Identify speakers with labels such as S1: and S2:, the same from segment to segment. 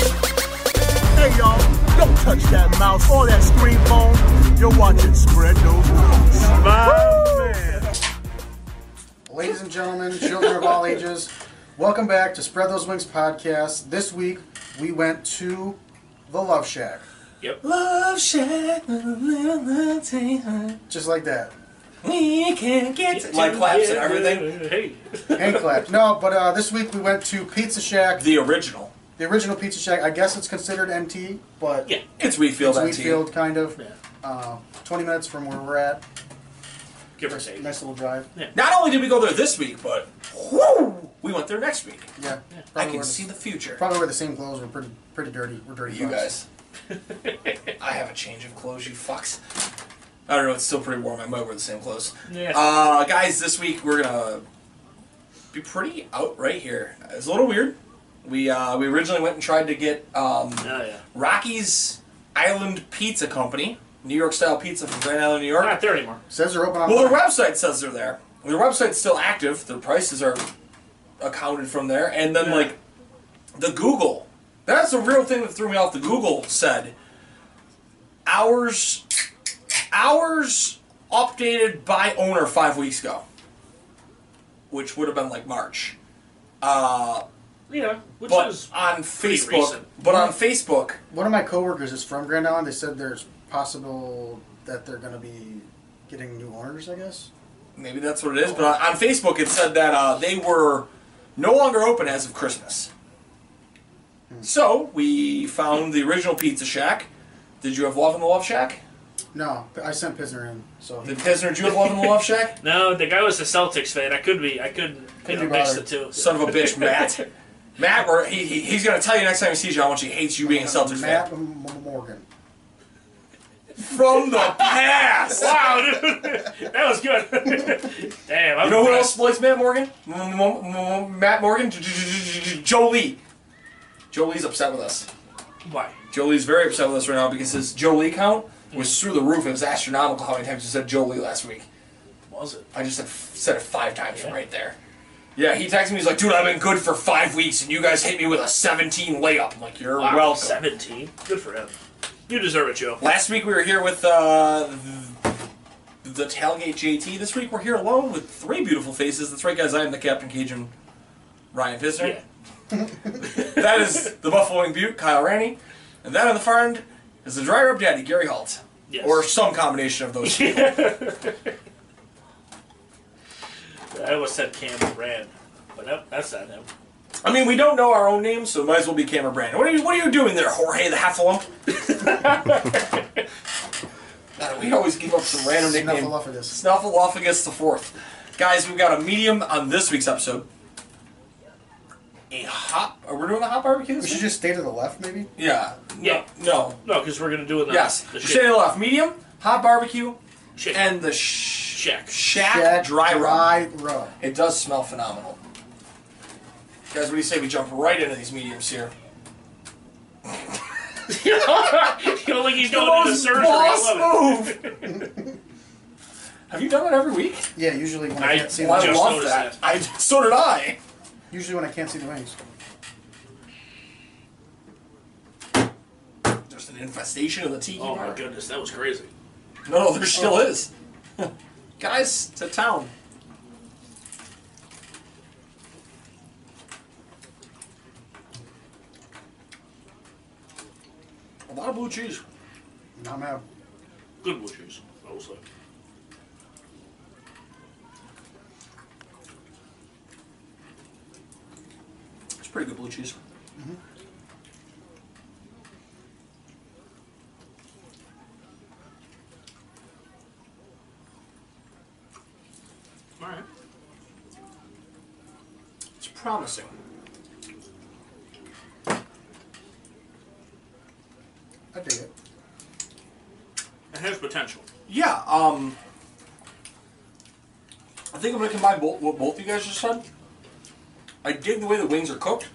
S1: Hey y'all, don't touch that mouse or that screen phone. You're watching Spread Those Rules.
S2: Ladies and gentlemen, children of all ages, welcome back to Spread Those Wings podcast. This week we went to the Love Shack,
S3: Love shack, the little tailor.
S2: just like that.
S3: We can get to
S4: Like claps and everything.
S2: Hand clap. No, but uh, this week we went to Pizza Shack,
S4: The original.
S2: the original Pizza Shack. I guess it's considered MT, but
S3: Yeah.
S4: It's Wheatfield
S2: it's
S4: on
S2: Wheatfield kind of. Uh, 20 minutes from where we're at.
S3: Give or take.
S2: Nice little drive. Yeah.
S4: Not only did we go there this week, but whoo, we went there next week. I
S2: Probably
S4: can
S2: wear
S4: see the future.
S2: Probably wear the same clothes. We're pretty pretty dirty. We're dirty.
S4: You
S2: fucks.
S4: guys. I have a change of clothes, you fucks. I don't know, it's still pretty warm. I might wear the same clothes.
S3: Yeah.
S4: Uh, guys, this week we're gonna be pretty out right here. It's a little weird. We uh, we originally went and tried to get um,
S3: Oh, yeah.
S4: Rocky's Island Pizza Company, New York style pizza from Grand Island, New York.
S3: We're not there anymore.
S2: Says they're open on
S4: Well, their website says they're there. Their website's still active. Their prices are accounted from there. And then,
S3: Yeah.
S4: like, the Google. That's the real thing that threw me off. The Google said hours, hours updated by owner five weeks ago, which would have been like March.
S3: Yeah. Which
S4: But
S3: is
S4: on
S3: pretty
S4: Facebook,
S3: recent. Hmm.
S4: but on Facebook,
S2: One of my coworkers is from Grand Island. They said there's possible that they're going to be getting new owners. I guess.
S4: maybe that's what it is. But on, on Facebook, it said that uh, they were no longer open as of Christmas.
S3: Hmm.
S4: So we found the original Pizza Shack. Did you have Love in the Love Shack?
S2: No, I sent Pisner in, so he
S4: Did Pisner, did you have Love in the Love Shack?
S3: No, the guy was a Celtics fan. I could be. I couldn't. Couldn't
S2: be
S3: mix the
S2: bothered.
S3: two.
S4: Son of a bitch, Matt. Matt, we're, he, he- he's gonna tell you next time he sees you how much he hates you being a Celtics
S2: Matt
S4: fan.
S2: M- M- Morgan.
S4: From the past.
S3: wow, dude. that was good. Damn. I'm
S4: You know who else
S3: impressed.
S4: exploits Matt Morgan? M- m- m- Matt Morgan, J- j- j- j- Jolie. Jolie's upset with us.
S3: Why?
S4: Jolie's very upset with us right now because his Jolie count was through the roof. It was astronomical how many times you said Jolie last week.
S3: Was it?
S4: I just said, said it five times from right there. Yeah, he texted me. He's like, "Dude, I've been good for five weeks, and you guys hit me with a 17 layup." I'm like, "You're
S3: Wow,
S4: welcome."
S3: Seventeen. Good for him. You deserve it, Joe.
S4: Last week we were here with uh, the, the tailgate JT. This week we're here alone with three beautiful faces. That's right, guys. I am the Captain Cajun, Ryan Pisner.
S3: Yeah.
S4: That is the Buffalo Wing Butte, Kyle Ranny. And that on the far end is the Dry Rub Daddy, Gary Holt.
S3: Yes.
S4: Or some combination of those two.
S3: I almost said Cam Rand, but no, that's not him.
S4: I mean, we don't know our own names, so it might as well be Cameron Brandon. What are you What are you doing there, Jorge the Half-Lump? God, we always give up some random nickname.
S2: Snuffleupagus.
S4: Snuffleupagus the fourth. Guys, we've got a medium on this week's episode. A hot. Are we doing a hot barbecue? This
S2: We should
S4: week?
S2: just stay to the left, maybe.
S4: Yeah.
S3: Yeah.
S4: No. no.
S3: No, because we're gonna do it. On
S4: Yes.
S3: The
S4: Shade
S3: shit.
S4: of left. Medium. Hot barbecue.
S3: Shit.
S4: And the sh-
S3: Shack.
S4: Shack,
S2: Jack
S4: Ah, dry rub.
S2: dry rub.
S4: It does smell phenomenal. Guys, what do you say we jump right into these mediums here?
S3: you know, like he's going into surgery. I love it.
S4: move. Have you done that every week?
S2: Yeah, usually when I,
S3: I-
S2: can't see
S4: Well,
S2: the
S4: I
S3: just
S4: love
S3: noticed
S4: that.
S3: that.
S4: I so did I.
S2: usually when I can't see the wings.
S4: There's an infestation of the tiki.
S3: Oh my
S4: bar.
S3: goodness, that was crazy.
S4: No, no, there still is. Guys, to town. A lot of blue cheese.
S2: No, I'm out.
S3: Good wishes, also.
S4: pretty good blue cheese. All right. It's promising.
S2: I dig it.
S3: It has potential.
S4: Yeah, um, I think I'm gonna combine both, what both you guys just said. I dig the way the wings are cooked.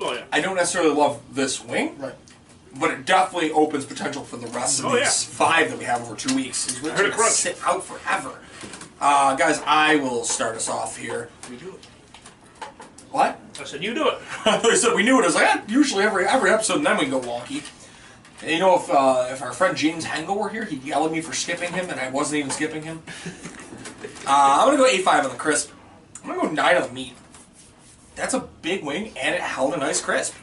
S3: Oh yeah.
S4: I don't necessarily love this wing,
S2: Right.
S4: but it definitely opens potential for the rest of
S3: Oh,
S4: these
S3: yeah.
S4: five that we have over two weeks. These wings
S3: heard
S4: are
S3: it
S4: gonna
S3: crunch.
S4: sit out forever. Uh, guys, I will start us off here.
S3: You do it.
S4: What?
S3: I said you do it.
S4: I said we knew it. I was like, "Ah, usually every every episode, and then we go wonky. And you know, if uh, if our friend James Hengel were here, he'd yell at me for skipping him, and I wasn't even skipping him. uh, I'm gonna go eight five on the crisp. I'm gonna go nine on the meat. That's a big wing, and it held a nice crisp.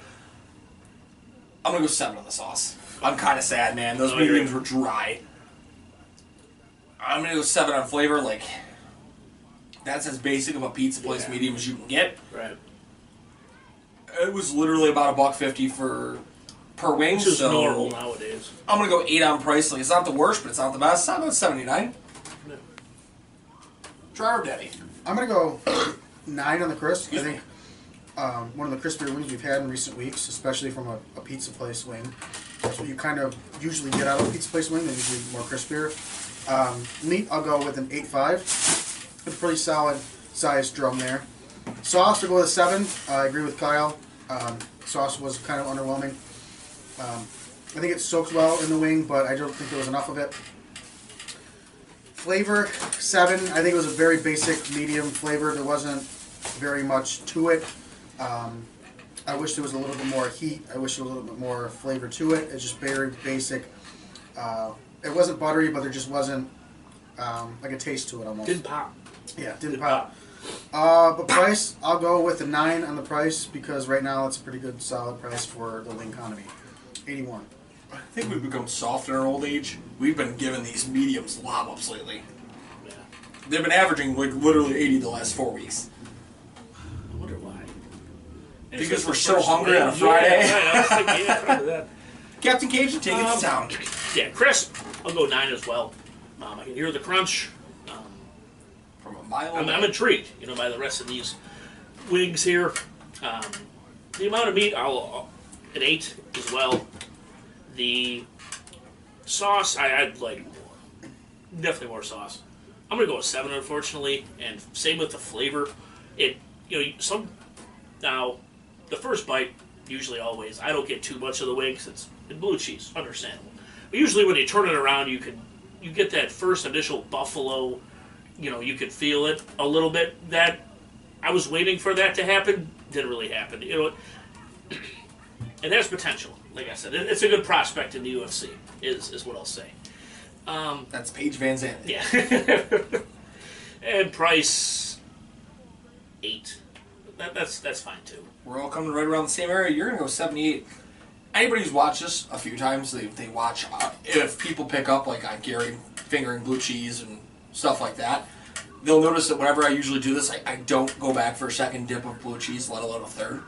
S4: I'm gonna go seven on the sauce. I'm kind of sad, man. Those
S3: Oh, you're-
S4: mediums were dry. I'm gonna go seven on flavor. Like, that's as basic of a pizza place
S3: Yeah.
S4: medium as you can get.
S3: Right.
S4: It was literally about a buck fifty for per wing.
S3: Which is
S4: so
S3: normal nowadays.
S4: I'm gonna go eight on price. Like it's not the worst, but it's not the best. It's not about seventy nine.
S3: No.
S4: Dry or daddy.
S2: I'm gonna go nine on the crisp. I think um, one of the crispier wings we've had in recent weeks, especially from a, a pizza place wing. That's what you kind of usually get out of a pizza place wing. They're usually more crispier. Um, meat, I'll go with an eight five. A pretty solid sized drum there. Sauce, I'll go with a seven. I agree with Kyle. Um, sauce was kind of underwhelming. Um, I think it soaked well in the wing, but I don't think there was enough of it. Flavor seven. I think it was a very basic medium flavor. There wasn't very much to it. Um, I wish there was a little bit more heat. I wish there was a little bit more flavor to it. It's just very basic. Uh, it wasn't buttery, but there just wasn't um, like a taste to it almost.
S3: Didn't pop.
S2: yeah, didn't pop. Uh, but price, I'll go with a nine on the price because right now it's a pretty good solid price for the wing economy. Eighty-one.
S4: I think we've become soft in our old age. We've been giving these mediums lob ups lately.
S3: Yeah.
S4: They've been averaging like literally eighty the last four weeks.
S3: I wonder why. And
S4: Because
S3: it's
S4: we're
S3: the
S4: so
S3: first
S4: hungry on a
S3: wave.
S4: Friday.
S3: Yeah, right. I was thinking, yeah, probably that.
S4: Captain Cajun, take it
S3: Um,
S4: to town.
S3: Yeah, Chris, I'll go nine as well. Um, I can hear the crunch. Um,
S4: From a mile.
S3: I'm, I'm
S4: away.
S3: intrigued, you know, by the rest of these wings here. Um, the amount of meat, I'll an eight as well. The sauce, I, I'd like more. Definitely more sauce. I'm gonna go with seven, unfortunately, and same with the flavor. It, you know, some now the first bite usually always I don't get too much of the wings. It's in blue cheese, understandable. But usually when you turn it around, you can you get that first initial buffalo you know, you could feel it a little bit. That I was waiting for that to happen didn't really happen. You know, and there's potential. Like I said, it- it's a good prospect in the UFC. Is is what I'll say.
S4: That's Paige Van Zandt.
S3: Yeah. and price eight. That, that's that's fine too.
S4: We're all coming right around the same area. You're gonna go 78. Anybody who's watched this a few times, they, they watch. Uh, if people pick up like on Gary fingering blue cheese and stuff like that, they'll notice that whenever I usually do this, I, I don't go back for a second dip of blue cheese, let alone a third.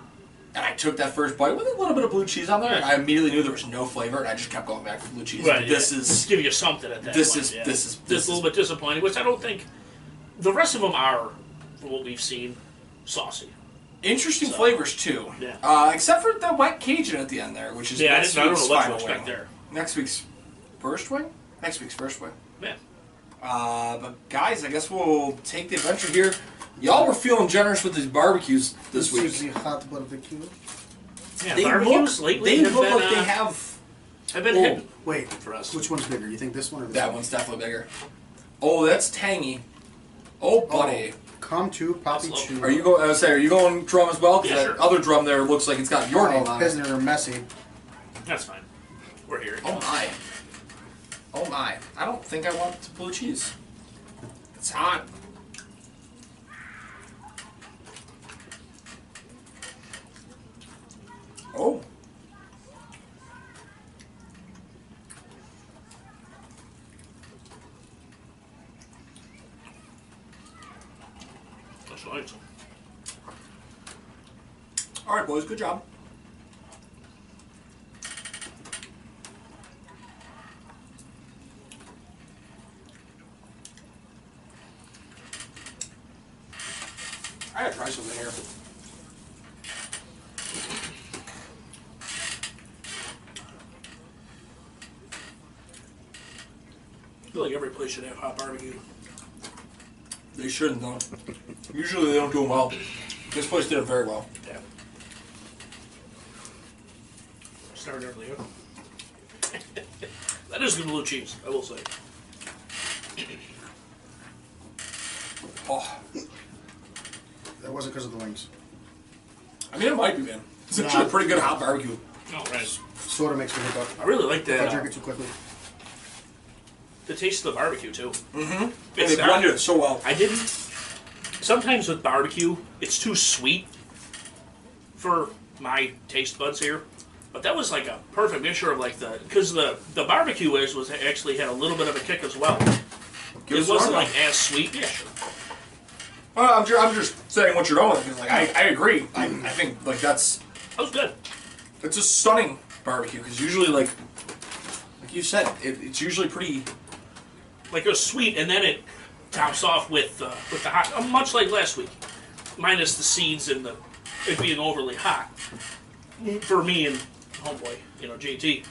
S4: And I took that first bite with a little bit of blue cheese on there, and I immediately knew there was no flavor, and I just kept going back for blue cheese. this
S3: yeah.
S4: is
S3: give you something at that.
S4: this
S3: point,
S4: is-
S3: yeah.
S4: this is-
S3: Just
S4: this
S3: a little
S4: is-
S3: bit disappointing, which I don't think the rest of them are, from what we've seen, saucy.
S4: interesting
S3: So-
S4: flavors too.
S3: Yeah.
S4: Uh, except for the wet Cajun at the end there, which is
S3: Yeah, I
S4: next
S3: didn't- I don't
S4: week's
S3: know what to
S4: final
S3: expect
S4: wing.
S3: there.
S4: Next week's first wing. Next week's first wing.
S3: Man,
S4: Uh, but guys, I guess we'll take the adventure here. Y'all were feeling generous with these barbecues this
S2: is
S4: week.
S2: the hot barbecue.
S3: yeah,
S4: They
S3: barbecues
S4: look,
S3: lately
S4: they
S3: have
S4: look
S3: been,
S4: like
S3: uh,
S4: they have.
S3: have been
S4: Oh.
S3: hidden.
S2: Wait,
S3: For us.
S2: which one's bigger? You think this one or this
S4: That one's definitely bigger. Oh, that's tangy. Oh, buddy.
S2: Come to Poppy
S3: That's
S2: Chew.
S4: Oh. Are you going? I was saying, are you going drum as well? Because
S3: Yeah,
S4: that
S3: sure.
S4: other drum there looks like it's got your name
S2: Oh,
S4: on it.
S2: Pisner or Messi?
S3: That's fine. We're here.
S4: Oh my. Oh my. I don't think I want blue cheese. It's hot. Oh.
S3: That's right.
S4: All right, boys, good job. I gotta try something here.
S3: I feel like every place should have hot barbecue.
S4: They shouldn't though. Usually they don't do them well. This place did it very well.
S3: Yeah. Started earlier. that is good blue cheese, I will say.
S4: Oh,
S2: That wasn't because of the wings.
S4: I mean it might be, man. It's
S2: Nah.
S4: actually a pretty good hot barbecue.
S3: Oh, right.
S2: Soda makes me hiccup.
S3: I really like
S2: If
S3: that.
S2: I drink
S3: Uh,
S2: it too quickly.
S3: the taste of the barbecue too. Mm-hmm.
S4: And they
S3: It's not,
S4: blended it so well.
S3: I didn't. Sometimes with barbecue, it's too sweet for my taste buds here. But that was like a perfect mixture of like the because the the barbecue is was actually had a little bit of a kick as well.
S4: Give us
S3: it
S4: a
S3: wasn't
S4: rundown.
S3: like as sweet. Yeah, sure.
S4: Well, I'm, ju- I'm just saying what you're going with. 'cause, Like I, I agree. I, I think like that's
S3: That was good.
S4: it's a stunning barbecue because usually like like you said it, it's usually pretty
S3: Like it was sweet, and then it tops off with uh, with the hot, uh, much like last week, minus the seeds and the it being overly hot for me and homeboy, you know JT.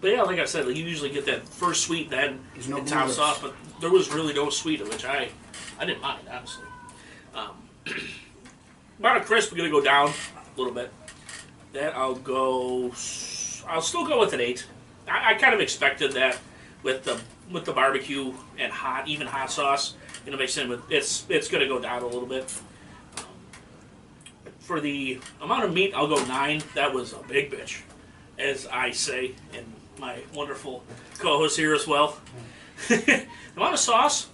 S3: But yeah, like I said, like you usually get that first sweet, then
S2: There's no
S3: it tops
S2: blueberries.
S3: off. But there was really no sweet, of which I I didn't mind honestly. Um, about a crisp, we're gonna go down a little bit. Then I'll go. s- I'll still go with an eight. I, I kind of expected that with the with the barbecue and hot, even hot sauce. You know, makes sense. But it's it's going to go down a little bit. Um, For the amount of meat, I'll go nine. That was a big bitch, as I say, and my wonderful co-host here as well. the amount of sauce,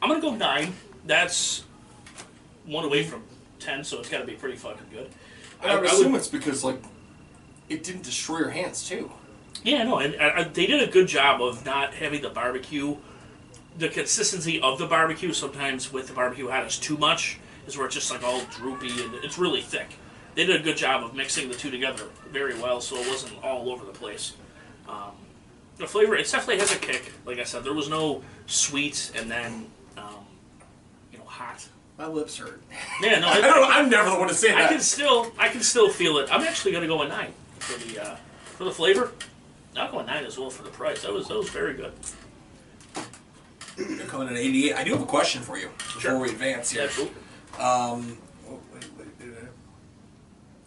S3: I'm going to go nine. That's one away from ten, so it's got to be pretty fucking good.
S4: I, would
S3: I
S4: assume it's because like it didn't destroy your hands too.
S3: Yeah, no, and uh, they did a good job of not having the barbecue, the consistency of the barbecue. Sometimes with the barbecue hot is too much, is where it's just like all droopy and it's really thick. They did a good job of mixing the two together very well, so it wasn't all over the place. Um, the flavor, it definitely has a kick. Like I said, there was no sweet and then, um, you know, hot.
S4: My lips hurt.
S3: Yeah, no,
S4: I
S3: it-
S4: don't know. I'm never the one to say
S3: I can
S4: that.
S3: still I can still feel it. I'm actually gonna go a nine for the uh, for the flavor. I'll go a nine as well for the price. That was that was very good.
S4: You're coming in at 88. I do have a question for you before
S3: Sure.
S4: we advance here.
S3: Absolutely.
S4: Oh, wait, wait, wait, wait.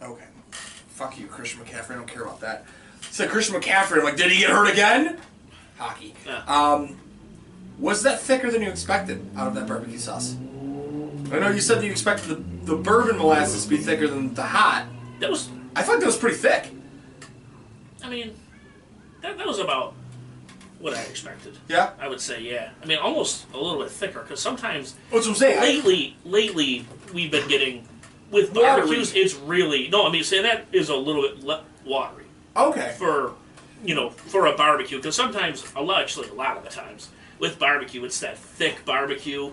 S4: Okay. Fuck you, Christian McCaffrey. I don't care about that. So Christian McCaffrey. I'm like, did he get hurt again? Hockey.
S3: Yeah.
S4: Um, was that thicker than you expected out of that barbecue sauce? I know you said that you expected the, the bourbon molasses to be thicker than the hot.
S3: That was
S4: I thought that was pretty thick.
S3: I mean that, that was about what I expected.
S4: Yeah.
S3: I would say yeah. I mean almost a little bit thicker because sometimes
S4: That's what I'm saying.
S3: lately lately we've been getting with
S4: Watery.
S3: barbecues it's really no I mean saying that is a little bit le- watery.
S4: okay.
S3: for you know for a barbecue because sometimes a lot actually a lot of the times with barbecue it's that thick barbecue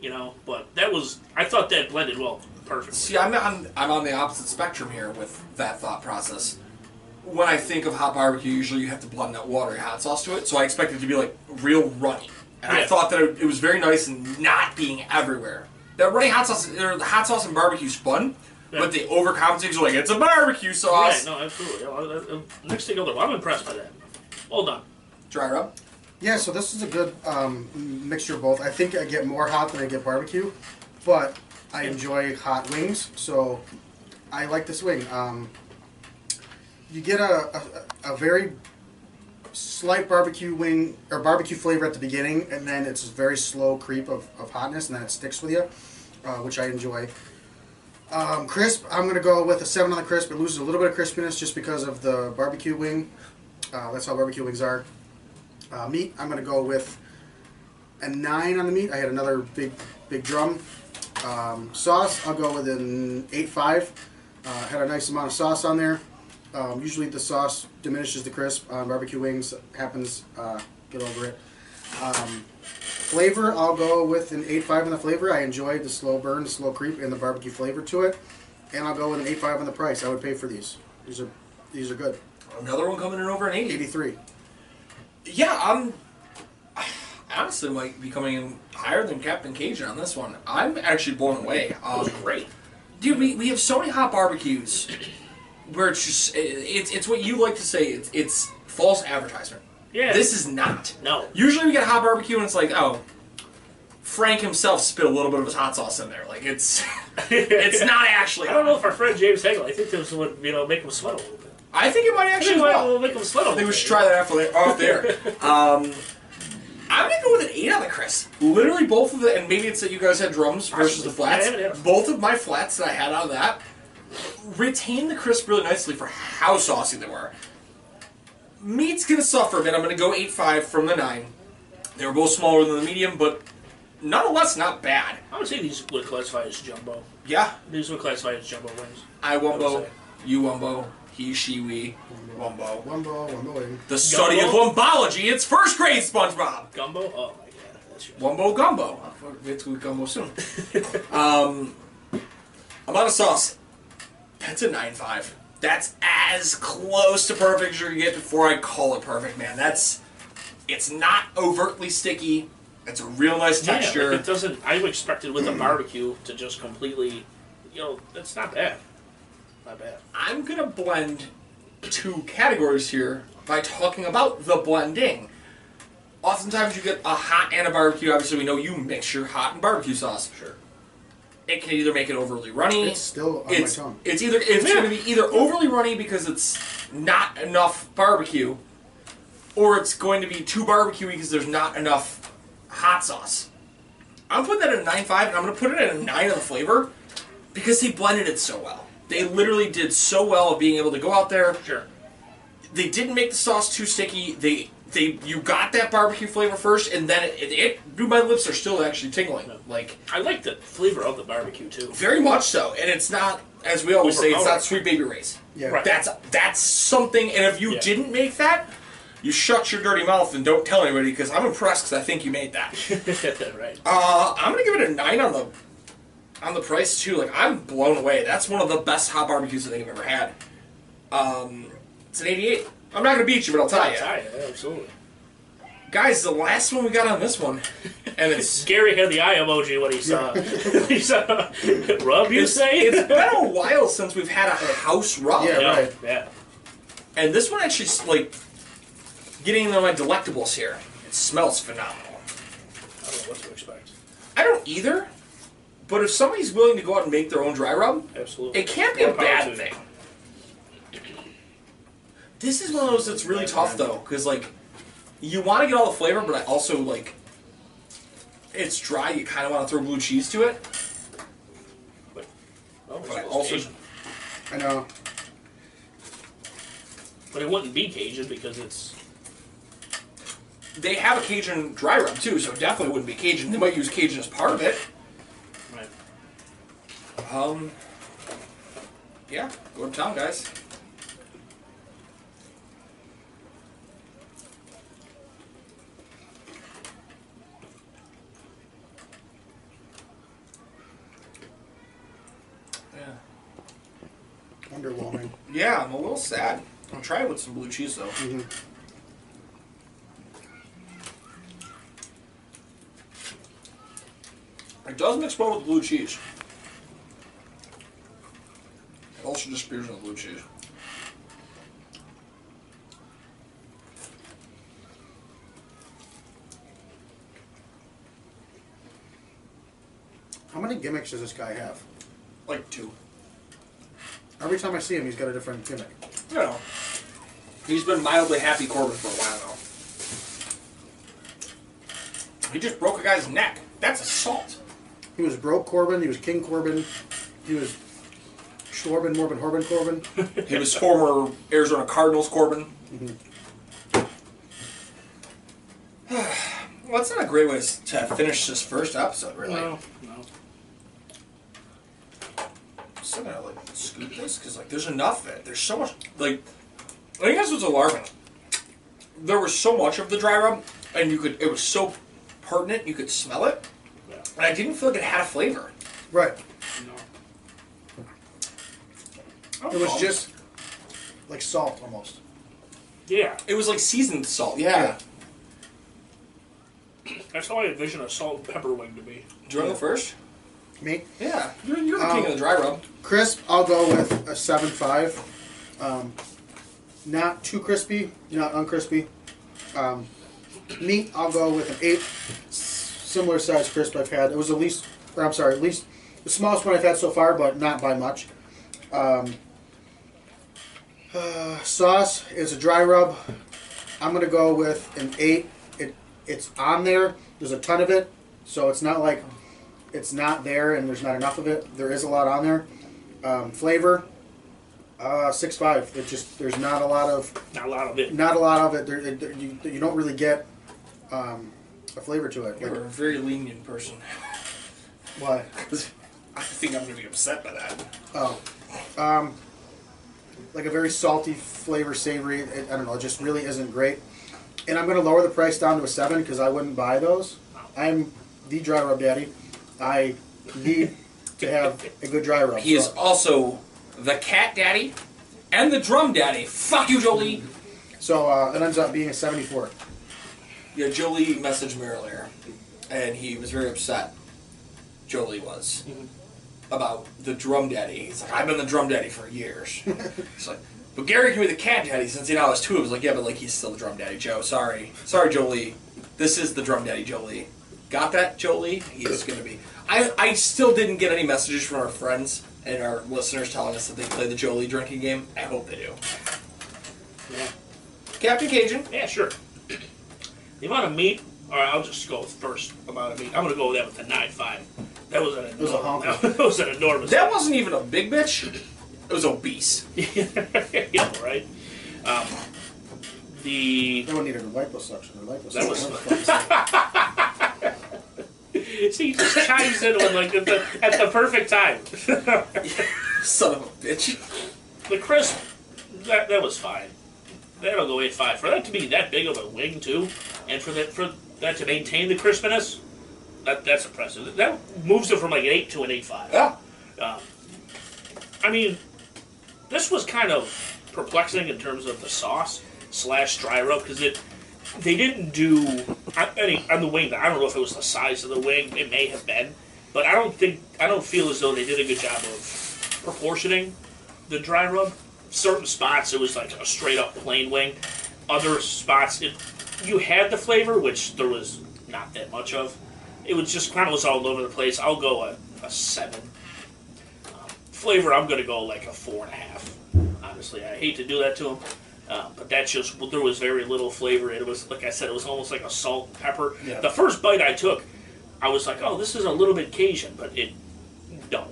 S3: you know but that was i thought that blended well perfectly
S4: See, I'm on I'm on the opposite spectrum here with that thought process. When I think of hot barbecue, usually you have to blend that watery hot sauce to it, so I expect it to be like real runny. And I
S3: Yeah.
S4: thought that it, it was very nice and not being everywhere. That runny hot sauce, or the hot sauce and barbecue's fun,
S3: Yeah.
S4: but they overcompensate. So like it's a barbecue
S3: yeah
S4: sauce.
S3: no absolutely Yeah, well, that- that- next thing you know i'm impressed by that well done
S4: Dry rub.
S2: Yeah, so this is a good um, m- mixture of both. I think I get more hot than I get barbecue, but I enjoy hot wings, so I like this wing. Um, you get a, a, a very slight barbecue wing or barbecue flavor at the beginning, and then it's a very slow creep of, of hotness, and then it sticks with you, uh, which I enjoy. Um, crisp, I'm going to go with a 7 on the crisp. It loses a little bit of crispiness just because of the barbecue wing. Uh, that's how barbecue wings are. Uh, meat, I'm going to go with a nine on the meat. I had another big, big drum. Um, sauce, I'll go with an eight five. Uh, had a nice amount of sauce on there. Um, usually the sauce diminishes the crisp on barbecue wings. Happens. Uh, get over it. Um, flavor, I'll go with an eight five on the flavor. I enjoyed the slow burn, the slow creep, and the barbecue flavor to it. and I'll go with an eight five on the price. I would pay for these. These are these are good.
S4: Another one coming in over an 80.
S2: Eighty three.
S4: Yeah, I'm. I honestly might be coming in higher than Captain Cajun on this one. I'm actually blown away. Um, great. Dude, we, we have so many hot barbecues where it's just. It, it's, it's what you like to say, it's, it's false advertisement.
S3: Yeah.
S4: This is not.
S3: No.
S4: Usually we get a hot barbecue and it's like, oh, Frank himself spit a little bit of his hot sauce in there. Like, it's. it's not actually.
S3: I don't know if our friend James Hagel. I think this would you know make him sweat a little bit.
S4: I think it might
S3: I think
S4: actually.
S3: it
S4: as
S3: might
S4: well.
S3: will make him sweat a
S4: I
S3: little.
S4: think we should
S3: bit.
S4: try that after the, off the air. Um, I'm gonna go with an eight on the Chris. Literally both of the, and maybe it's that you guys had drums versus the
S3: Possibly. I
S4: flats.
S3: haven't had them.
S4: Both of my flats that I had on that retained the crisp really nicely for how saucy they were. Meat's gonna suffer a bit. I'm gonna go eight five from the nine. They were both smaller than the medium, but nonetheless not bad.
S3: I would say these would classify as jumbo.
S4: Yeah,
S3: These would classify as jumbo wings.
S4: I
S3: I would
S4: wumbo,
S3: say.
S4: you wumbo, he she we wumbo.
S2: One ball, one ball.
S4: The study of
S3: Gumbo?
S4: lumbology. It's first grade, SpongeBob.
S3: Gumbo. Oh my god, that's right.
S4: Wumbo Gumbo. We have to eat gumbo soon. um, I'm out of sauce. That's a 9.5. That's as close to perfect as you're going to get before I call it perfect, man. That's. It's not overtly sticky. It's a real nice
S3: Yeah, like,
S4: texture.
S3: it doesn't. I expected with a barbecue to just completely, you know, that's not bad. Not bad.
S4: I'm going to blend two categories here by talking about the blending. Oftentimes, you get a hot and a barbecue. Obviously, we know you mix your hot and barbecue sauce. Sure. It can either make it overly runny.
S2: It's still on my
S4: it's,
S2: tongue.
S4: It's either it's
S3: Yeah.
S4: going to be either overly runny because it's not enough barbecue, or it's going to be too barbecuey because there's not enough hot sauce. I'm putting that at a 9.5, and I'm going to put it at a 9 on the flavor because they blended it so well. They literally did so well of being able to go out there.
S3: Sure.
S4: They didn't make the sauce too sticky. They they you got that barbecue flavor first, and then it, it, it dude, my lips are still actually tingling. Like
S3: I like the flavor of the barbecue too.
S4: very much so, and it's not as we always say, it's
S3: Overpowered.
S4: not sweet baby rays.
S2: Yeah.
S3: Right.
S4: That's that's something. And if you
S3: Yeah.
S4: didn't make that, you shut your dirty mouth and don't tell anybody because I'm impressed because I think you made that.
S3: right.
S4: Uh, I'm gonna give it a nine on the on the price too. Like I'm blown away. That's one of the best hot barbecues I think I've ever had. Um, it's an 88. I'm not gonna beat you, but I'll tell
S3: I'll
S4: you,
S3: tell you, absolutely.
S4: guys. The last one we got on this one, and it's
S3: Gary had the eye emoji when he saw. he saw. Rub, you
S4: it's,
S3: say?
S4: it's been a while since we've had a house rub.
S2: Yeah.
S3: yeah,
S2: right.
S3: yeah.
S4: And this one actually, s- like, getting into my delectables here. It smells phenomenal.
S3: I don't know what to expect.
S4: I don't either, but if somebody's willing to go out and make their own dry rub,
S3: Absolutely.
S4: it can't be a
S3: More power to
S4: bad
S3: you.
S4: thing. This is one of those that's really tough though, because like, you want to get all the flavor, but I also like, it's dry. You kind of want to throw blue cheese to it,
S3: But, oh,
S4: but I
S3: it's
S4: also
S3: Asian.
S2: I know.
S3: but it wouldn't be Cajun because it's
S4: they have a Cajun dry rub too, so it definitely wouldn't be Cajun. They might use Cajun as part of it.
S3: right.
S4: Um. Yeah, go to town, guys. Yeah.
S2: Underwhelming.
S4: Yeah, I'm a little sad. I'll try it with some blue cheese though. It does mix well with blue cheese. It also disappears in the blue cheese.
S2: How many gimmicks does this guy have?
S4: Like two.
S2: Every time I see him, he's got a different gimmick.
S4: You know. He's been mildly happy Corbin for a while now. He just broke a guy's neck. That's assault.
S2: He was broke Corbin. He was King Corbin. He was Schwarben, Morbin, Horbin, Corbin.
S4: He was former Arizona Cardinals Corbin. well, that's not a great way to s- to finish this first episode, really.
S3: No, no.
S4: So gonna like scoop this because like there's enough of it. There's so much like I think that's what's alarming. There was so much of the dry rub, and you could it was so pertinent you could smell it,
S3: Yeah.
S4: and I didn't feel like it had a flavor.
S2: right.
S3: No.
S4: Oh,
S2: It was just like salt almost.
S3: Yeah,
S4: It was like seasoned salt.
S3: that's how I envision a salt and pepper wing to be.
S4: Do you want to go first?
S2: Me?
S4: Yeah. You're, you're the king
S2: Um,
S4: of the dry rub.
S2: Crisp, I'll go with a seven five. Um, not too crispy, not uncrispy. Um, meat, I'll go with an 8. S- Similar size crisp I've had. It was the least, or I'm sorry, least, the smallest one I've had so far, but not by much. Um, uh, sauce is a dry rub. I'm going to go with an 8. It It's on there, there's a ton of it, so it's not like it's not there and there's not enough of it. There is a lot on there. Um, flavor, uh, six five. It just there's not a lot of
S3: Not a lot of it.
S2: not a lot of it. There, there- you, you don't really get um, a flavor to it.
S4: You're a
S2: Like,
S4: very lenient person.
S2: why?
S4: I think I'm going to be upset by that.
S2: Oh, um, like a very salty flavor, savory. It, I don't know. It just really isn't great. And I'm going to lower the price down to a seven because I wouldn't buy those. I'm the dry rub daddy. I need to have a good dry rub.
S4: He is
S2: so-
S4: also the cat daddy and the drum daddy. Fuck you, Jolie.
S2: So uh, it ends up being a 74.
S4: Yeah, Jolie messaged me earlier, and he was very upset. Jolie was about the drum daddy. He's like, I've been the drum daddy for years. He's like, but Gary can be the cat daddy since he now has two. I was like, yeah, but like he's still the drum daddy, Joe. Sorry, sorry, Jolie. This is the drum daddy, Jolie. Got that, Jolie? He's gonna be. I I still didn't get any messages from our friends and our listeners telling us that they play the Jolie drinking game. I hope they do.
S3: Yeah.
S4: Captain Cajun.
S3: Yeah, sure. The amount of meat, all right, I'll just go first amount of meat. I'm gonna go with that with the nine five. That was an enormous.
S2: was a honker.
S3: That was an enormous.
S4: That wasn't even a big bitch. It was obese.
S3: yeah, right. Um, the
S2: That one needed a liposuction or liposuction.
S3: That was- see, he just chimes in when, like at the, at the perfect time.
S4: Son of a bitch.
S3: The crisp, that that was fine. That'll go eight five. For that to be that big of a wing too, and for that for that to maintain the crispness, that that's impressive. That moves it from like an eight to an eight five.
S4: Yeah.
S3: I mean, this was kind of perplexing in terms of the sauce slash dry rub because it they didn't do I- any on the wing. I don't know if it was the size of the wing. It may have been, but I don't think I don't feel as though they did a good job of proportioning the dry rub. Certain spots it was like a straight up plain wing. Other spots it you had the flavor, which there was not that much of. It was just kind of was all over the place. I'll go a, a seven flavor, I'm gonna go like a four and a half. Honestly, I hate to do that to him, uh, but that's just there was very little flavor. It was like I said, it was almost like a salt and pepper.
S2: Yeah.
S3: The first bite I took, I was like, oh, this is a little bit Cajun, but it no,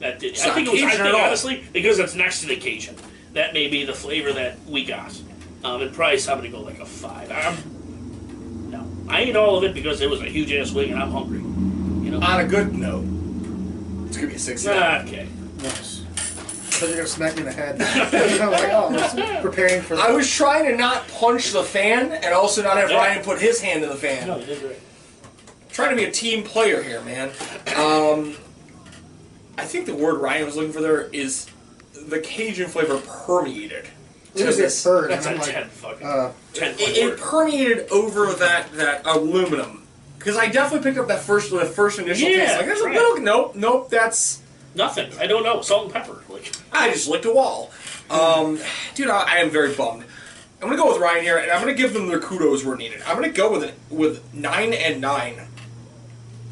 S3: that did. I
S4: not
S3: think it was I
S4: Cajun at
S3: think
S4: all.
S3: honestly because it's next to the Cajun, that may be the flavor that we got. Um, in price, I'm gonna go like a five. I'm, no, I ate all of it because it was a huge ass wing and I'm hungry. You know.
S4: On a good note, it's gonna be a six.
S3: okay.
S2: Nice. Thought you were gonna smack me in the head. I'm like, oh, that's preparing for
S4: I
S2: that.
S4: was trying to not punch the fan and also not have
S3: Yeah.
S4: Ryan put his hand in the fan.
S3: No, you did great.
S4: Trying to be a team player here, man. Um, I think the word Ryan was looking for there is the Cajun flavor permeated.
S2: It was
S4: this-
S2: this bird, and
S3: That's a
S2: I'm like,
S3: ten fucking
S2: uh,
S3: ten
S4: It,
S3: point
S4: it
S3: word.
S4: permeated over that that aluminum because I definitely picked up that first the first initial
S3: Yeah,
S4: taste. Like there's
S3: right.
S4: a little nope nope that's
S3: Nothing. I don't know. Salt and pepper. Like
S4: I just licked a wall. Um, dude, I, I am very bummed. I'm gonna go with Ryan here, and I'm gonna give them their kudos where needed. I'm gonna go with it with nine and nine,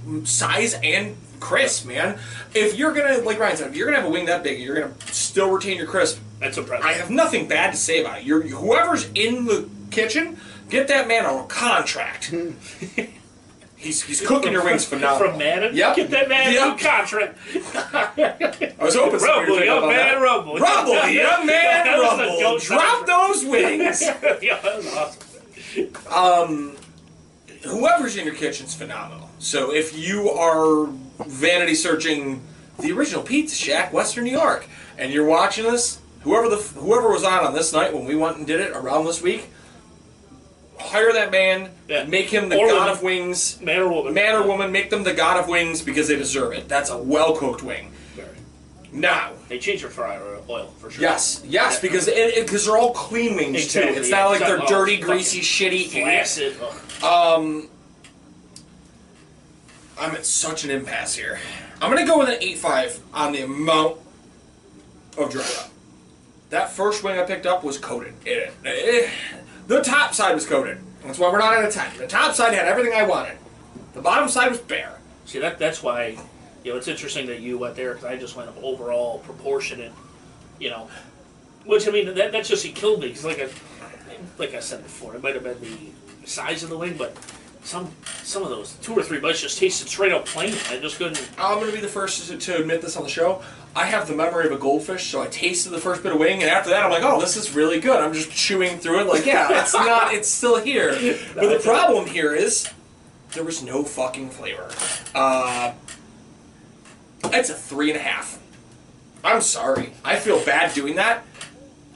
S4: Mm, size and crisp, man. If you're gonna like Ryan said, if you're gonna have a wing that big, and you're gonna still retain your crisp.
S3: that's impressive.
S4: I have nothing bad to say about it. You're, whoever's in the kitchen, get that man on a contract. he's he's cooking your wings phenomenal.
S3: From Madden.
S4: Yep.
S3: Get that Madden
S4: Yep.
S3: contract.
S4: I was hoping somebody
S3: Rumble,
S4: would pick up
S3: young
S4: on
S3: man,
S4: that.
S3: rumble.
S4: Rumble, young man,
S3: That was a
S4: rumble.
S3: dope
S4: Drop
S3: sound.
S4: those wings.
S3: yeah, that was awesome.
S4: Whoever's in your kitchen's phenomenal. So if you are vanity searching the original Pizza Shack, Western New York, and you're watching this, whoever the whoever was on on this night when we went and did it around this week, hire that man,
S3: Yeah.
S4: make him the
S3: Or
S4: god
S3: woman.
S4: of wings.
S3: Man or woman.
S4: Man or woman, make them the god of wings because they deserve it. That's a well cooked wing. now.
S3: They changed their fryer oil- oil for sure.
S4: Yes, yes,
S3: Yeah.
S4: because it, it, cause they're all clean wings too.
S3: Exactly,
S4: It's
S3: yeah.
S4: not like they're
S3: Oh,
S4: dirty,
S3: fucking
S4: greasy, shitty. idiots.
S3: flaccid. Ugh.
S4: I'm at such an impasse here. I'm gonna go with an 8.5 on the amount of dry rub. That first wing I picked up was coated. It, it- the top side was coated. That's why we're not at a 10. The top side had everything I wanted. The bottom side was bare.
S3: See that that's why you know it's interesting that you went there because I just went overall proportionate, you know, which I mean that that just he killed me because like I like I said before it might have been the size of the wing but some some of those two or three bites just tasted straight up plain I just couldn't
S4: I'm gonna be the first to, to admit this on the show. I have the memory of a goldfish, so I tasted the first bit of wing, and after that, I'm like, "Oh, this is really good." I'm just chewing through it, like, "Yeah, it's not, it's still here." But the problem here is there was no fucking flavor. Uh, it's a three and a half. I'm sorry. I feel bad doing that.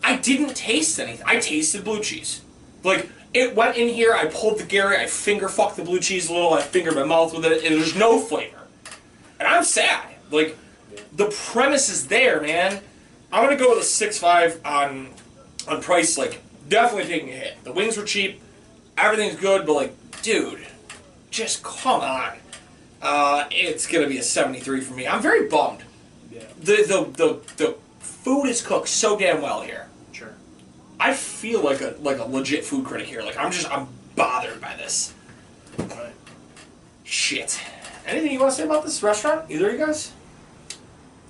S4: I didn't taste anything. I tasted blue cheese. Like it went in here. I pulled the Gary. I finger fucked the blue cheese a little. I fingered my mouth with it, and there's no flavor. And I'm sad. Like, the premise is there, man. I'm gonna go with a six five on on price. Like, definitely taking a hit. The wings were cheap. Everything's good, but like, dude, just come on. Uh, it's gonna be a 73 for me. I'm very bummed.
S3: yeah
S4: The the the, the food is cooked so damn well here.
S3: sure
S4: I feel like a like a legit food critic here. Like I'm just I'm bothered by this.
S3: right.
S4: Shit. Anything you want to say about this restaurant? Either of you guys?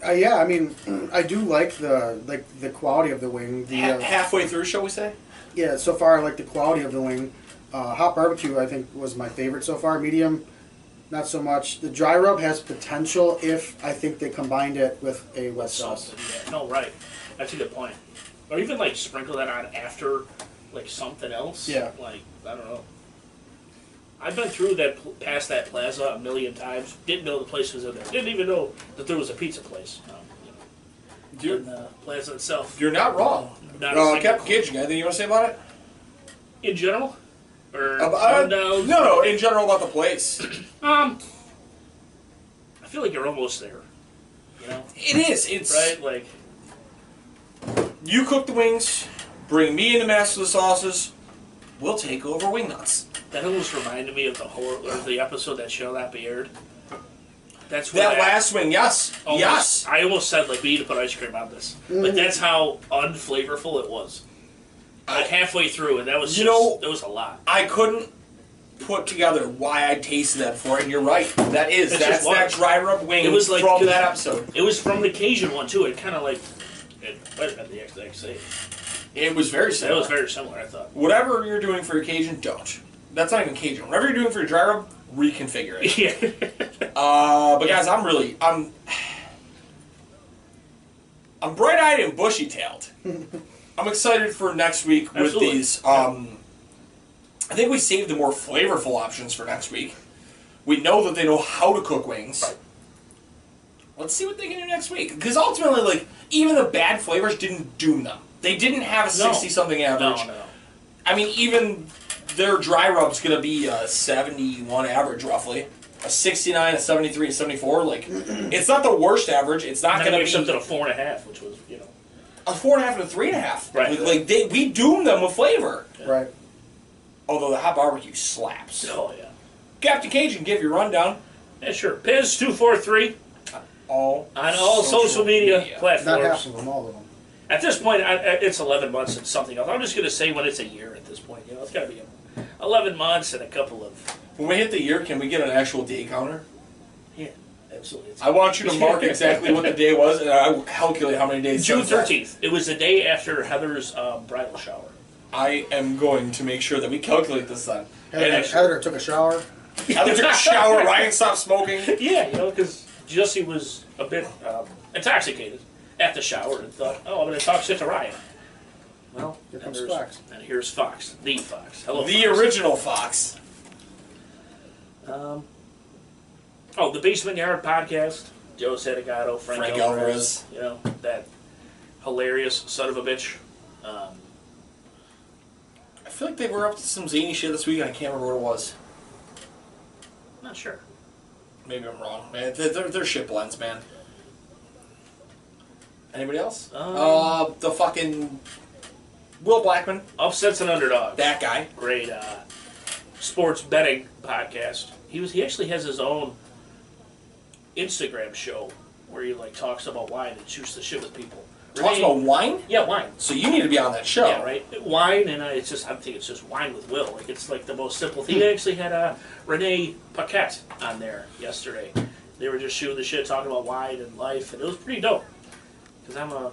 S2: Uh, yeah, I mean, I do like the like the quality of the wing. The
S4: Ha-
S2: uh,
S4: halfway through, shall we say?
S2: yeah, so far I like the quality of the wing. Uh, hot barbecue, I think, was my favorite so far. Medium, not so much. The dry rub has potential if I think they combined it with a wet sauce.
S3: Salted, yeah. no right that's a good point or even like sprinkle that on after like something else
S2: Yeah.
S3: like I don't know. I've been through that pl- past that plaza a million times. Didn't know the place was in there. Didn't even know that there was a pizza place. Um, you know, in the plaza itself.
S4: You're not wrong.
S3: Not a
S4: uh,
S3: single-
S4: Cap Gage, anything you want to say about it?
S3: in general, or
S4: About-
S3: Uh,
S4: uh,
S3: no,
S4: no, no, in general about the place.
S3: Um, I feel like you're almost there. You know,
S4: It is. It's
S3: right? Like,
S4: you cook the wings, bring me in the master of the sauces. We'll take over wing nuts.
S3: that almost reminded me of the horror, or the episode that shall not be aired. That's where
S4: That last wing, yes,
S3: almost-
S4: yes. Mm.
S3: I almost said like we need to put ice cream on this, but that's how unflavorful it was. Like halfway through, and that was
S4: You
S3: just-
S4: know-
S3: that was a lot.
S4: I couldn't put together why I tasted that before, and you're right. That is
S3: It's
S4: that's
S3: just
S4: that
S3: large.
S4: dry rub wing
S3: It was like-
S4: from that episode.
S3: It was from an occasion one too. It kind of like it might have been the exact same.
S4: It was very
S3: That
S4: similar.
S3: was very similar. I thought.
S4: Whatever you're doing for your Cajun, don't. That's not even Cajun. Whatever you're doing for your dry rub, reconfigure it.
S3: Yeah.
S4: Uh, but guys, I'm really I'm I'm bright eyed and bushy tailed. I'm excited for next week with
S3: Absolutely.
S4: these. Um, I think we saved the more flavorful options for next week. We know that they know how to cook wings.
S3: Right.
S4: Let's see what they can do next week. Because ultimately, like even the bad flavors didn't doom them. They didn't have a
S3: No.
S4: sixty something
S3: No,
S4: average.
S3: no.
S4: I mean, even their dry rub's gonna be a 71 average roughly, a 69, a 73, a 74. Like, it's not the worst average. It's not
S3: Not
S4: gonna
S3: gonna
S4: be
S3: mix up to a four and a half, which was you know.
S4: a four and a half and a three and a half.
S3: Right.
S4: Like, like, they, we doom them with flavor.
S2: Right.
S4: Although the hot barbecue slaps.
S3: Oh yeah.
S4: Captain Cajun, give your rundown.
S3: Yeah, sure. Piz two four three
S4: All
S3: on all social, media,
S2: Not half
S3: platforms.
S2: of them, all of them.
S3: At this point, I, I, it's eleven months and something else. I'm just gonna say when it's a year. At this point, you know, it's gotta be eleven months and a couple of
S4: When we hit the year, can we get an actual day counter?
S3: yeah, absolutely. It's
S4: I want you to mark exactly what the day was, and I will calculate how many days.
S3: June
S4: since that.
S3: thirteenth. It was the day after Heather's um, bridal shower.
S4: I am going to make sure that we calculate this then.
S2: Heather,
S4: And-
S2: Heather took a shower.
S4: Heather took a shower. Ryan stopped smoking.
S3: Yeah, you know, because Jesse was a bit um, intoxicated at the shower and thought, "Oh, I'm gonna talk shit to Ryan." Well,
S2: Here comes
S3: and there's-
S2: Fox.
S3: And here's Fox, the Fox. Hello,
S4: The
S3: Fox.
S4: original Fox.
S3: Um, oh, the Basement Yard podcast. Joe Sadegato, Frank,
S4: Frank
S3: Alvarez,
S4: Alvarez.
S3: You know, that hilarious son of a bitch. Um,
S4: I feel like they were up to some zany shit this week, and I can't remember what it was.
S3: not sure.
S4: Maybe I'm wrong, man. They're, they're, they're shit blends, man. Anybody else?
S3: Um,
S4: uh, the fucking Will Blackman,
S3: Upsets and underdogs.
S4: that guy.
S3: great uh, sports betting podcast. He was he actually has his own Instagram show where he like talks about wine and shoots the shit with people.
S4: Talks
S3: Renee-
S4: about wine. Oh.
S3: yeah, wine.
S4: So you need to be on that show,
S3: Yeah, right. Wine and uh, it's just I think it's just wine with Will. Like it's like the most simple thing.
S4: Hmm.
S3: They actually had uh, Renee Paquette on there yesterday. They were just shooting the shit, talking about wine and life, and it was pretty dope. Because I'm a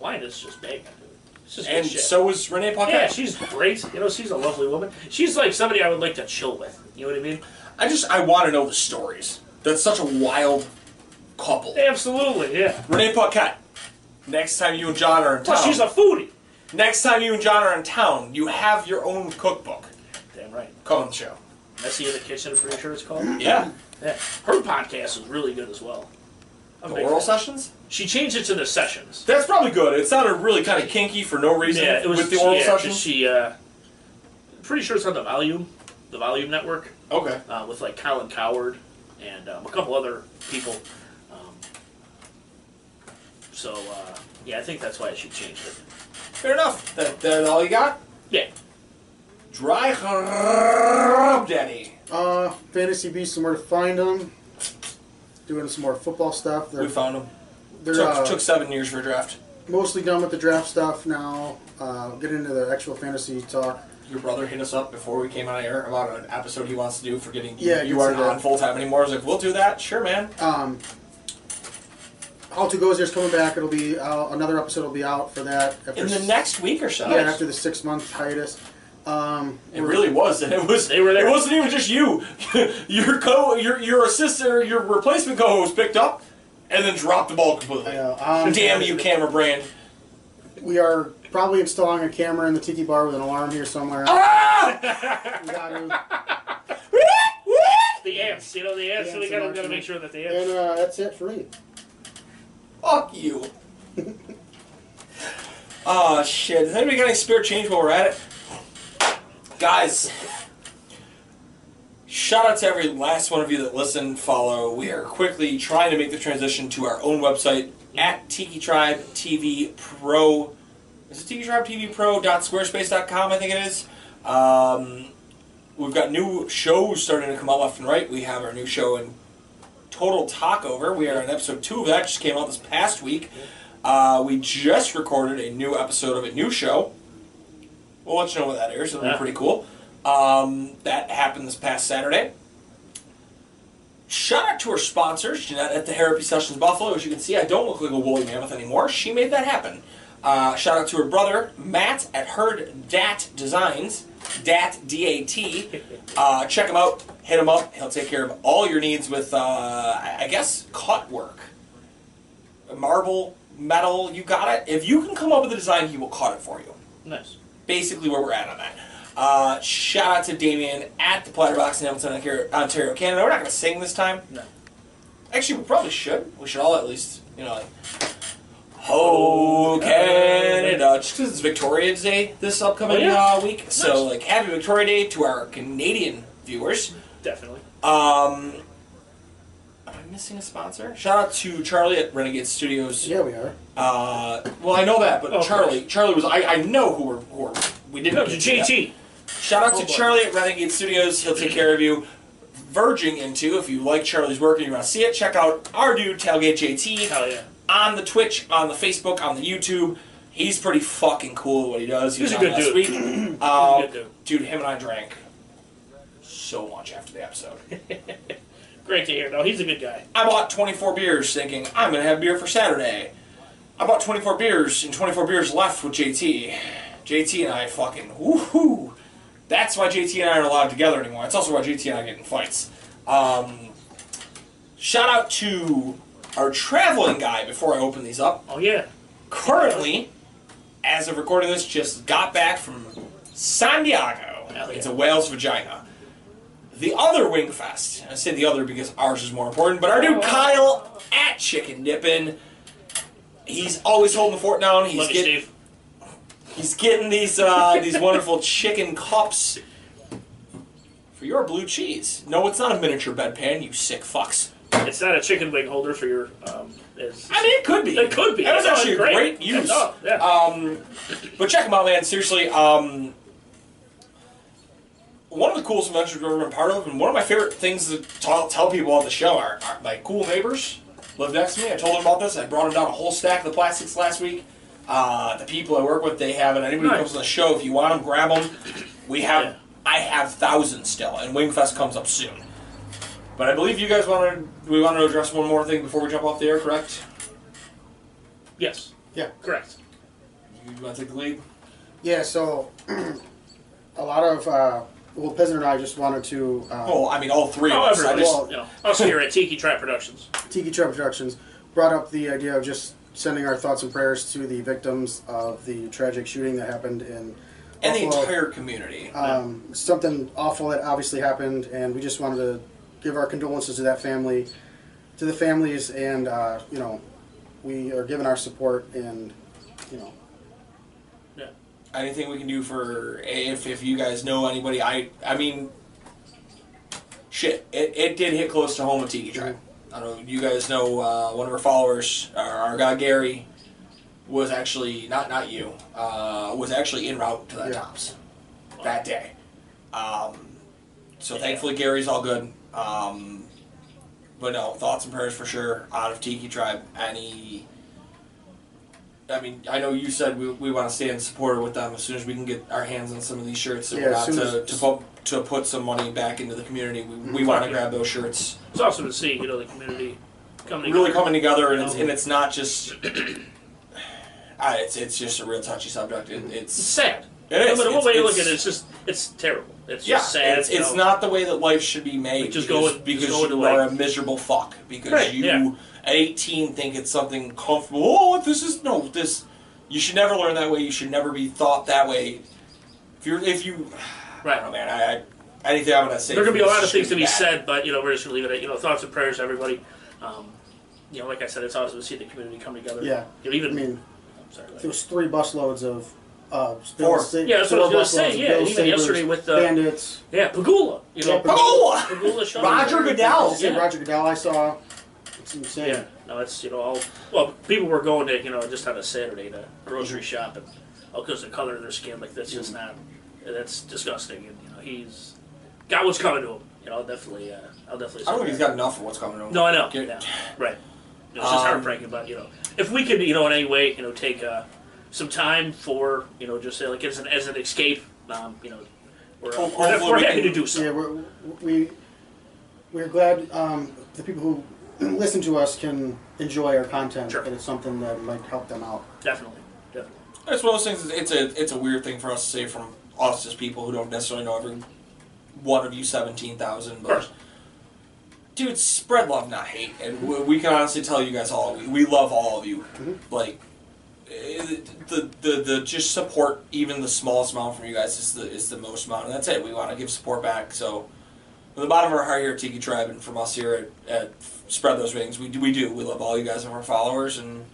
S3: wine is just banging. dude. It's just good
S4: And
S3: shit.
S4: so is Renee Paquette.
S3: Yeah, she's great. You know, she's a lovely woman. She's like somebody I would like to chill with. You know what I mean?
S4: I just I want to know the stories. That's such a wild couple.
S3: Absolutely, yeah.
S4: Renee Paquette. Next time you and John are in town.
S3: Plus, she's a foodie.
S4: next time you and John are in town, you have your own cookbook.
S3: Damn right.
S4: Come on the show.
S3: Messy in the kitchen. I'm pretty sure it's called.
S4: Yeah.
S3: Yeah. Her podcast is really good as well. I'm
S4: The
S3: big
S4: oral
S3: fan.
S4: sessions.
S3: She changed it to the sessions.
S4: That's probably good. It sounded really kind of kinky for no reason
S3: Yeah, it was
S4: with the oral
S3: yeah,
S4: sessions.
S3: She, uh, pretty sure it's on the Volume, the Volume Network,
S4: okay.
S3: uh, with like Colin Coward and um, a couple other people. Um, so uh, yeah, I think that's why she changed it.
S4: Fair enough. That, that all you got?
S3: Yeah,
S4: Dry rub, Daddy.
S2: Uh, Fantasy Beasts and where to find them. Doing some more football stuff. They're,
S4: We found him.
S2: they're
S4: took,
S2: uh,
S4: took seven years for a draft.
S2: mostly done with the draft stuff now. Uh, get into the actual fantasy talk.
S4: Your brother hit us up before we came on air about an episode he wants to do for getting
S2: Yeah,
S4: you
S2: good
S4: are
S2: to
S4: not
S2: that.
S4: full time anymore. I was like, we'll do that. Sure, man.
S2: Um, How to Goes There's coming back. It'll be out. Another episode will be out for that. After
S4: In the
S2: s-
S4: next week or so.
S2: Yeah, after the six month hiatus. Um,
S4: It
S2: we're-
S4: really was, and it was.
S3: They were there.
S4: It wasn't even just you. your co, your your assistant, or your replacement co-host picked up, and then dropped the ball completely.
S2: Yeah, um,
S4: Damn you, camera brand!
S2: We are probably installing a camera in the tiki bar with an alarm here somewhere.
S4: Oh. Ah!
S2: We gotta-
S3: the ants. You know the ants.
S2: The
S3: so
S2: ants
S3: we gotta,
S2: are
S3: gotta
S2: marching.
S3: make sure that the
S2: and
S3: ants.
S2: uh, that's it for me.
S4: Fuck you. oh shit! Does anybody got any spare change while we're at it, guys? Shout out to every last one of you that listen, follow. We are quickly trying to make the transition to our own website at Tiki Tribe TV Pro. Is it Tiki Tribe TV Pro dot squarespace.com, I think it is. Um, we've got new shows starting to come out left and right. We have our new show in Total Talkover. We are in episode two of that. Just came out this past week. Uh, we just recorded a new episode of a new show. We'll let you know when that airs. It'll be
S3: Yeah.
S4: pretty cool. Um, that happened this past Saturday. Shout out to our sponsors, Jeanette at the Therapy Sessions Buffalo. As you can see, I don't look like a woolly mammoth anymore. She made that happen. Uh, shout out to her brother, Matt at Herd Dat Designs, Dat D A T. Uh, check him out, hit him up. He'll take care of all your needs with, uh, I I guess, cut work, marble, metal. You got it. If you can come up with a design, he will cut it for you
S3: Nice.
S4: basically where we're at on that. Uh, shout out to Damien at the Platterbox in Hamilton, Ontario- Ontario, Canada. We're not going to sing this time.
S3: No.
S4: Actually, we probably should. We should all at least, you know, like, Oh, Canada. Just 'cause it's Victoria Day this upcoming
S3: Oh, yeah.
S4: uh, week. So, like, happy Victoria Day to our Canadian viewers.
S3: Definitely.
S4: Um, am I missing a sponsor? Shout out to Charlie at Renegade Studios.
S2: Yeah, we are.
S4: Uh, well, I know that, but
S3: Oh, of
S4: Charlie, Charlie was, I, I know who we're, who we're we didn't
S3: No,
S4: get
S3: to
S4: to that.
S3: JT.
S4: Shout out
S3: Oh,
S4: to
S3: boy.
S4: Charlie at Renegade Studios. He'll take care of you. Verging into, if you like Charlie's work and you want to see it, check out our dude Tailgate JT
S3: Hell yeah.
S4: on the Twitch, on the Facebook, on the YouTube. He's pretty fucking cool at what he does. He
S3: He's
S4: was
S3: a
S4: on
S3: good
S4: last
S3: dude.
S4: Week. Uh,
S3: good dude.
S4: dude, him and I drank so much after the episode.
S3: Great to hear. No, he's a good guy.
S4: I bought 24 beers thinking I'm going to have beer for Saturday. I bought 24 beers and 24 beers left with JT. JT and I fucking woohoo. That's why JT and I aren't allowed together anymore. That's also why JT and I get in fights. Um, shout out to our traveling guy before I open these up.
S3: Oh yeah.
S4: Currently, as of recording this, just got back from San Diego.
S3: Hell yeah.
S4: It's a whale's vagina. The other Wingfest, I say the other because ours is more important, but our
S3: Oh.
S4: dude Kyle at Chicken Dippin', he's always holding the fort down. He's
S3: Love you,
S4: getting
S3: Steve.
S4: He's getting these uh, these wonderful chicken cups for your blue cheese. No, it's not a miniature bedpan, you sick fucks.
S3: It's not a chicken wing holder for your. Um, it's,
S4: I mean, it could be.
S3: It could be.
S4: That was
S3: It's
S4: actually a
S3: great.
S4: great,
S3: Yeah,
S4: use.
S3: no, yeah.
S4: Um, but check them out, man. Seriously, um, one of the coolest adventures I've ever been part of, and one of my favorite things to tell, tell people on the show are, are my cool neighbors live next to me. I told them about this. I brought them down a whole stack of the plastics last week. Uh, the people I work with, they have it. Anybody who
S3: Nice.
S4: comes on the show, if you want them, grab them. We have,
S3: Yeah.
S4: I have thousands still, and Wingfest comes up soon. But I believe you guys wanted we wanted to address one more thing before we jump off the air, correct?
S3: yes,
S2: Yeah.
S3: correct.
S4: You want to take the lead?
S2: Yeah, so a lot of uh, well, Pesner and I just wanted to uh,
S4: Well, I mean, all three of us.
S3: However,
S4: I
S3: I
S4: just,
S2: well-
S3: Oh, you know, also here at Tiki Trap Productions.
S2: Tiki Trap Productions brought up the idea of just sending our thoughts and prayers to the victims of the tragic shooting that happened in
S4: and the
S2: Buffalo.
S4: entire community.
S2: um, something awful that obviously happened, and we just wanted to give our condolences to that family, to the families, and uh, you know, we are giving our support and you know,
S3: Yeah.
S4: Anything we can do for if if you guys know anybody, I I mean, shit, it, it did hit close to home with Tiki Tribe. I don't know. You guys know uh, one of our followers, our, our guy Gary, was actually not not you, uh, was actually en route to that
S2: Yeah.
S4: tops that day. Um, so thankfully Gary's all good. Um, but no, thoughts and prayers for sure out of Tiki Tribe. Any, I mean, I know you said we, we want to stay in support with them as soon as we can get our hands on some of these shirts. And
S2: Yeah,
S4: we're
S2: as
S4: out
S2: soon
S4: to,
S2: as-
S4: to, pump, to put some money back into the community. We, we want to grab those shirts.
S3: It's awesome to see you know the community coming
S4: Really
S3: together.
S4: coming together, and it's, and it's not just. Ah, it's, it's just a real touchy subject. It,
S3: It's
S4: it's
S3: sad.
S4: It is.
S3: No matter what
S4: It's-
S3: way you look
S4: it's-
S3: at it, it's just it's terrible. It's
S4: yeah,
S3: just sad.
S4: it's,
S3: you
S4: it's
S3: know.
S4: not the way that life should be made.
S3: Just go
S4: because,
S3: with-
S4: because
S3: just go with
S4: you
S3: the
S4: are
S3: life.
S4: a miserable fuck. Because
S3: Right,
S4: you
S3: yeah.
S4: at eighteen think it's something comfortable. Oh, this is no this. You should never learn that way. You should never be thought that way. If you're if you, I
S3: right.
S4: don't know, man. I, I anything I'm gonna say.
S3: There are
S4: for
S3: going to be a
S4: this
S3: lot of
S4: is
S3: things to
S4: gonna
S3: be
S4: bad.
S3: said, but you know we're just going to leave it at you know thoughts and prayers, to everybody. Um, you know, like I said, it's awesome to see the community come together.
S2: Yeah.
S3: You know, even
S2: I mean,
S3: I'm sorry,
S2: there
S3: like,
S2: was three busloads of. Uh,
S4: Four.
S3: Yeah, that's what I was gonna say, yeah, even yesterday with the-
S2: bandits.
S3: yeah, Pagula. You know,
S2: Yeah,
S4: Pagula.
S3: Pagula shot
S4: Roger
S3: him.
S2: Did
S4: Goodell.
S2: you see
S3: Yeah.
S2: Roger Goodell, I saw. It's insane.
S3: Yeah, no, it's you know all well people were going to you know just on a Saturday to grocery shop and oh because the color of their skin like that's just not that's disgusting and you know he's got what's coming to him you know I'll definitely uh, I'll definitely
S4: I don't think
S3: say
S4: he's
S3: that.
S4: got enough for what's coming. on.
S3: no I know
S4: Get-
S3: yeah, right You know, it's just
S4: Um,
S3: heartbreaking but you know if we could you know in any way you know take uh, some time for you know just say like as an as an escape um, you know we're,
S4: Ho-
S3: we're,
S4: hopefully
S3: we're
S4: we
S3: happy to
S4: can-
S3: do
S2: Yeah,
S3: so
S2: we're, we we're glad um, the people who listen to us can enjoy our content,
S3: Sure.
S2: and it's something that might help them out.
S3: definitely definitely
S4: It's one of those things. It's a it's a weird thing for us to say from us as people who don't necessarily know every one of you seventeen thousand. But
S3: Right.
S4: dude, spread love, not hate, and we, we can honestly tell you guys all we, we love all of you. Like eh, the, the the just support, even the smallest amount from you guys is the is the most amount, and that's it. We want to give support back. So from the bottom of our heart here at Tiki Tribe, and from us here at, at Spread Those Rings, we do we do we love all you guys and our followers and.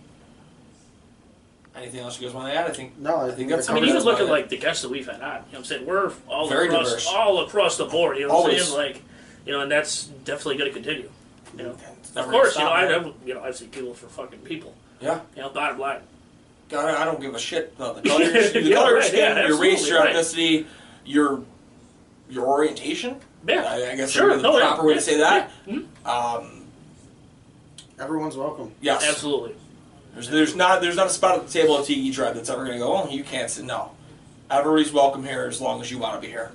S4: Anything else you guys want to add? I think
S2: No, I
S4: I think that's
S3: I mean,
S4: Covered
S3: even
S4: up
S3: look at
S4: by
S3: like the guests that we've had on. You know what I'm saying? We're all
S4: Very
S3: across
S4: diverse.
S3: all across the board, you know what I'm
S4: Always.
S3: saying? Like you know, and that's definitely gonna continue. You know.
S4: It's
S3: Of
S4: never
S3: course, you
S4: gonna
S3: know,
S4: stop,
S3: I
S4: man.
S3: have you know, I see people for fucking people.
S4: Yeah,
S3: You know, bottom line.
S4: God, I don't give a shit about the color, of your skin, the
S3: Yeah,
S4: color of your
S3: right, yeah,
S4: skin, your race,
S3: absolutely,
S4: your
S3: right.
S4: ethnicity, your your orientation.
S3: Yeah.
S4: I, I guess
S3: Sure,
S4: would be the
S3: no, yeah,
S4: proper way
S3: yeah,
S4: to say that.
S3: yeah, mhm.
S4: Um,
S2: Everyone's welcome.
S4: yes,
S3: Absolutely.
S4: There's, there's not there's not a spot at the table at Tiki Tribe that's ever gonna go. Oh, you can't sit. No, everybody's welcome here as long as you want to be here,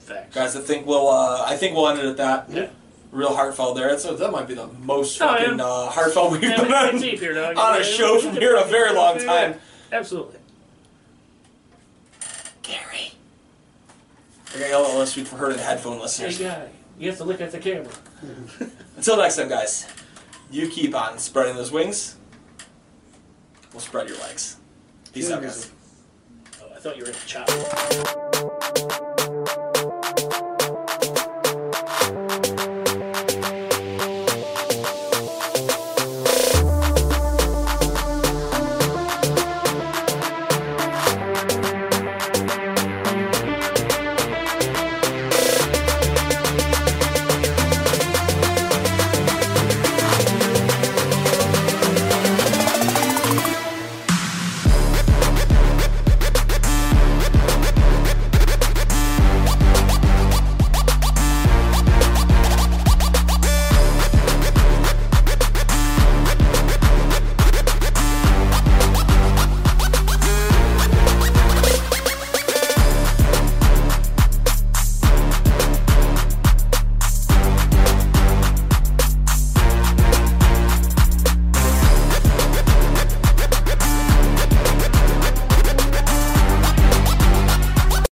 S3: Facts.
S4: guys. I think we'll uh, I think we'll end it at that.
S3: Yeah.
S4: Real heartfelt there. That's, that might be the most
S3: No,
S4: fucking
S3: yeah.
S4: uh, heartfelt we've
S3: Yeah, we
S4: been
S3: can
S4: on,
S3: deep here, dog.
S4: on
S3: Yeah,
S4: a show
S3: we
S4: from
S3: can
S4: here in a
S3: deep
S4: very
S3: here,
S4: long
S3: yeah.
S4: time.
S3: Absolutely.
S4: Gary. I got yelled at last week for hurting the headphone
S3: Hey
S4: listeners.
S3: guy. You have to look at the camera.
S4: Until next time, guys, you keep on spreading those wings. We'll spread your legs. Peace out, guys.
S3: Oh, I thought you were gonna chop.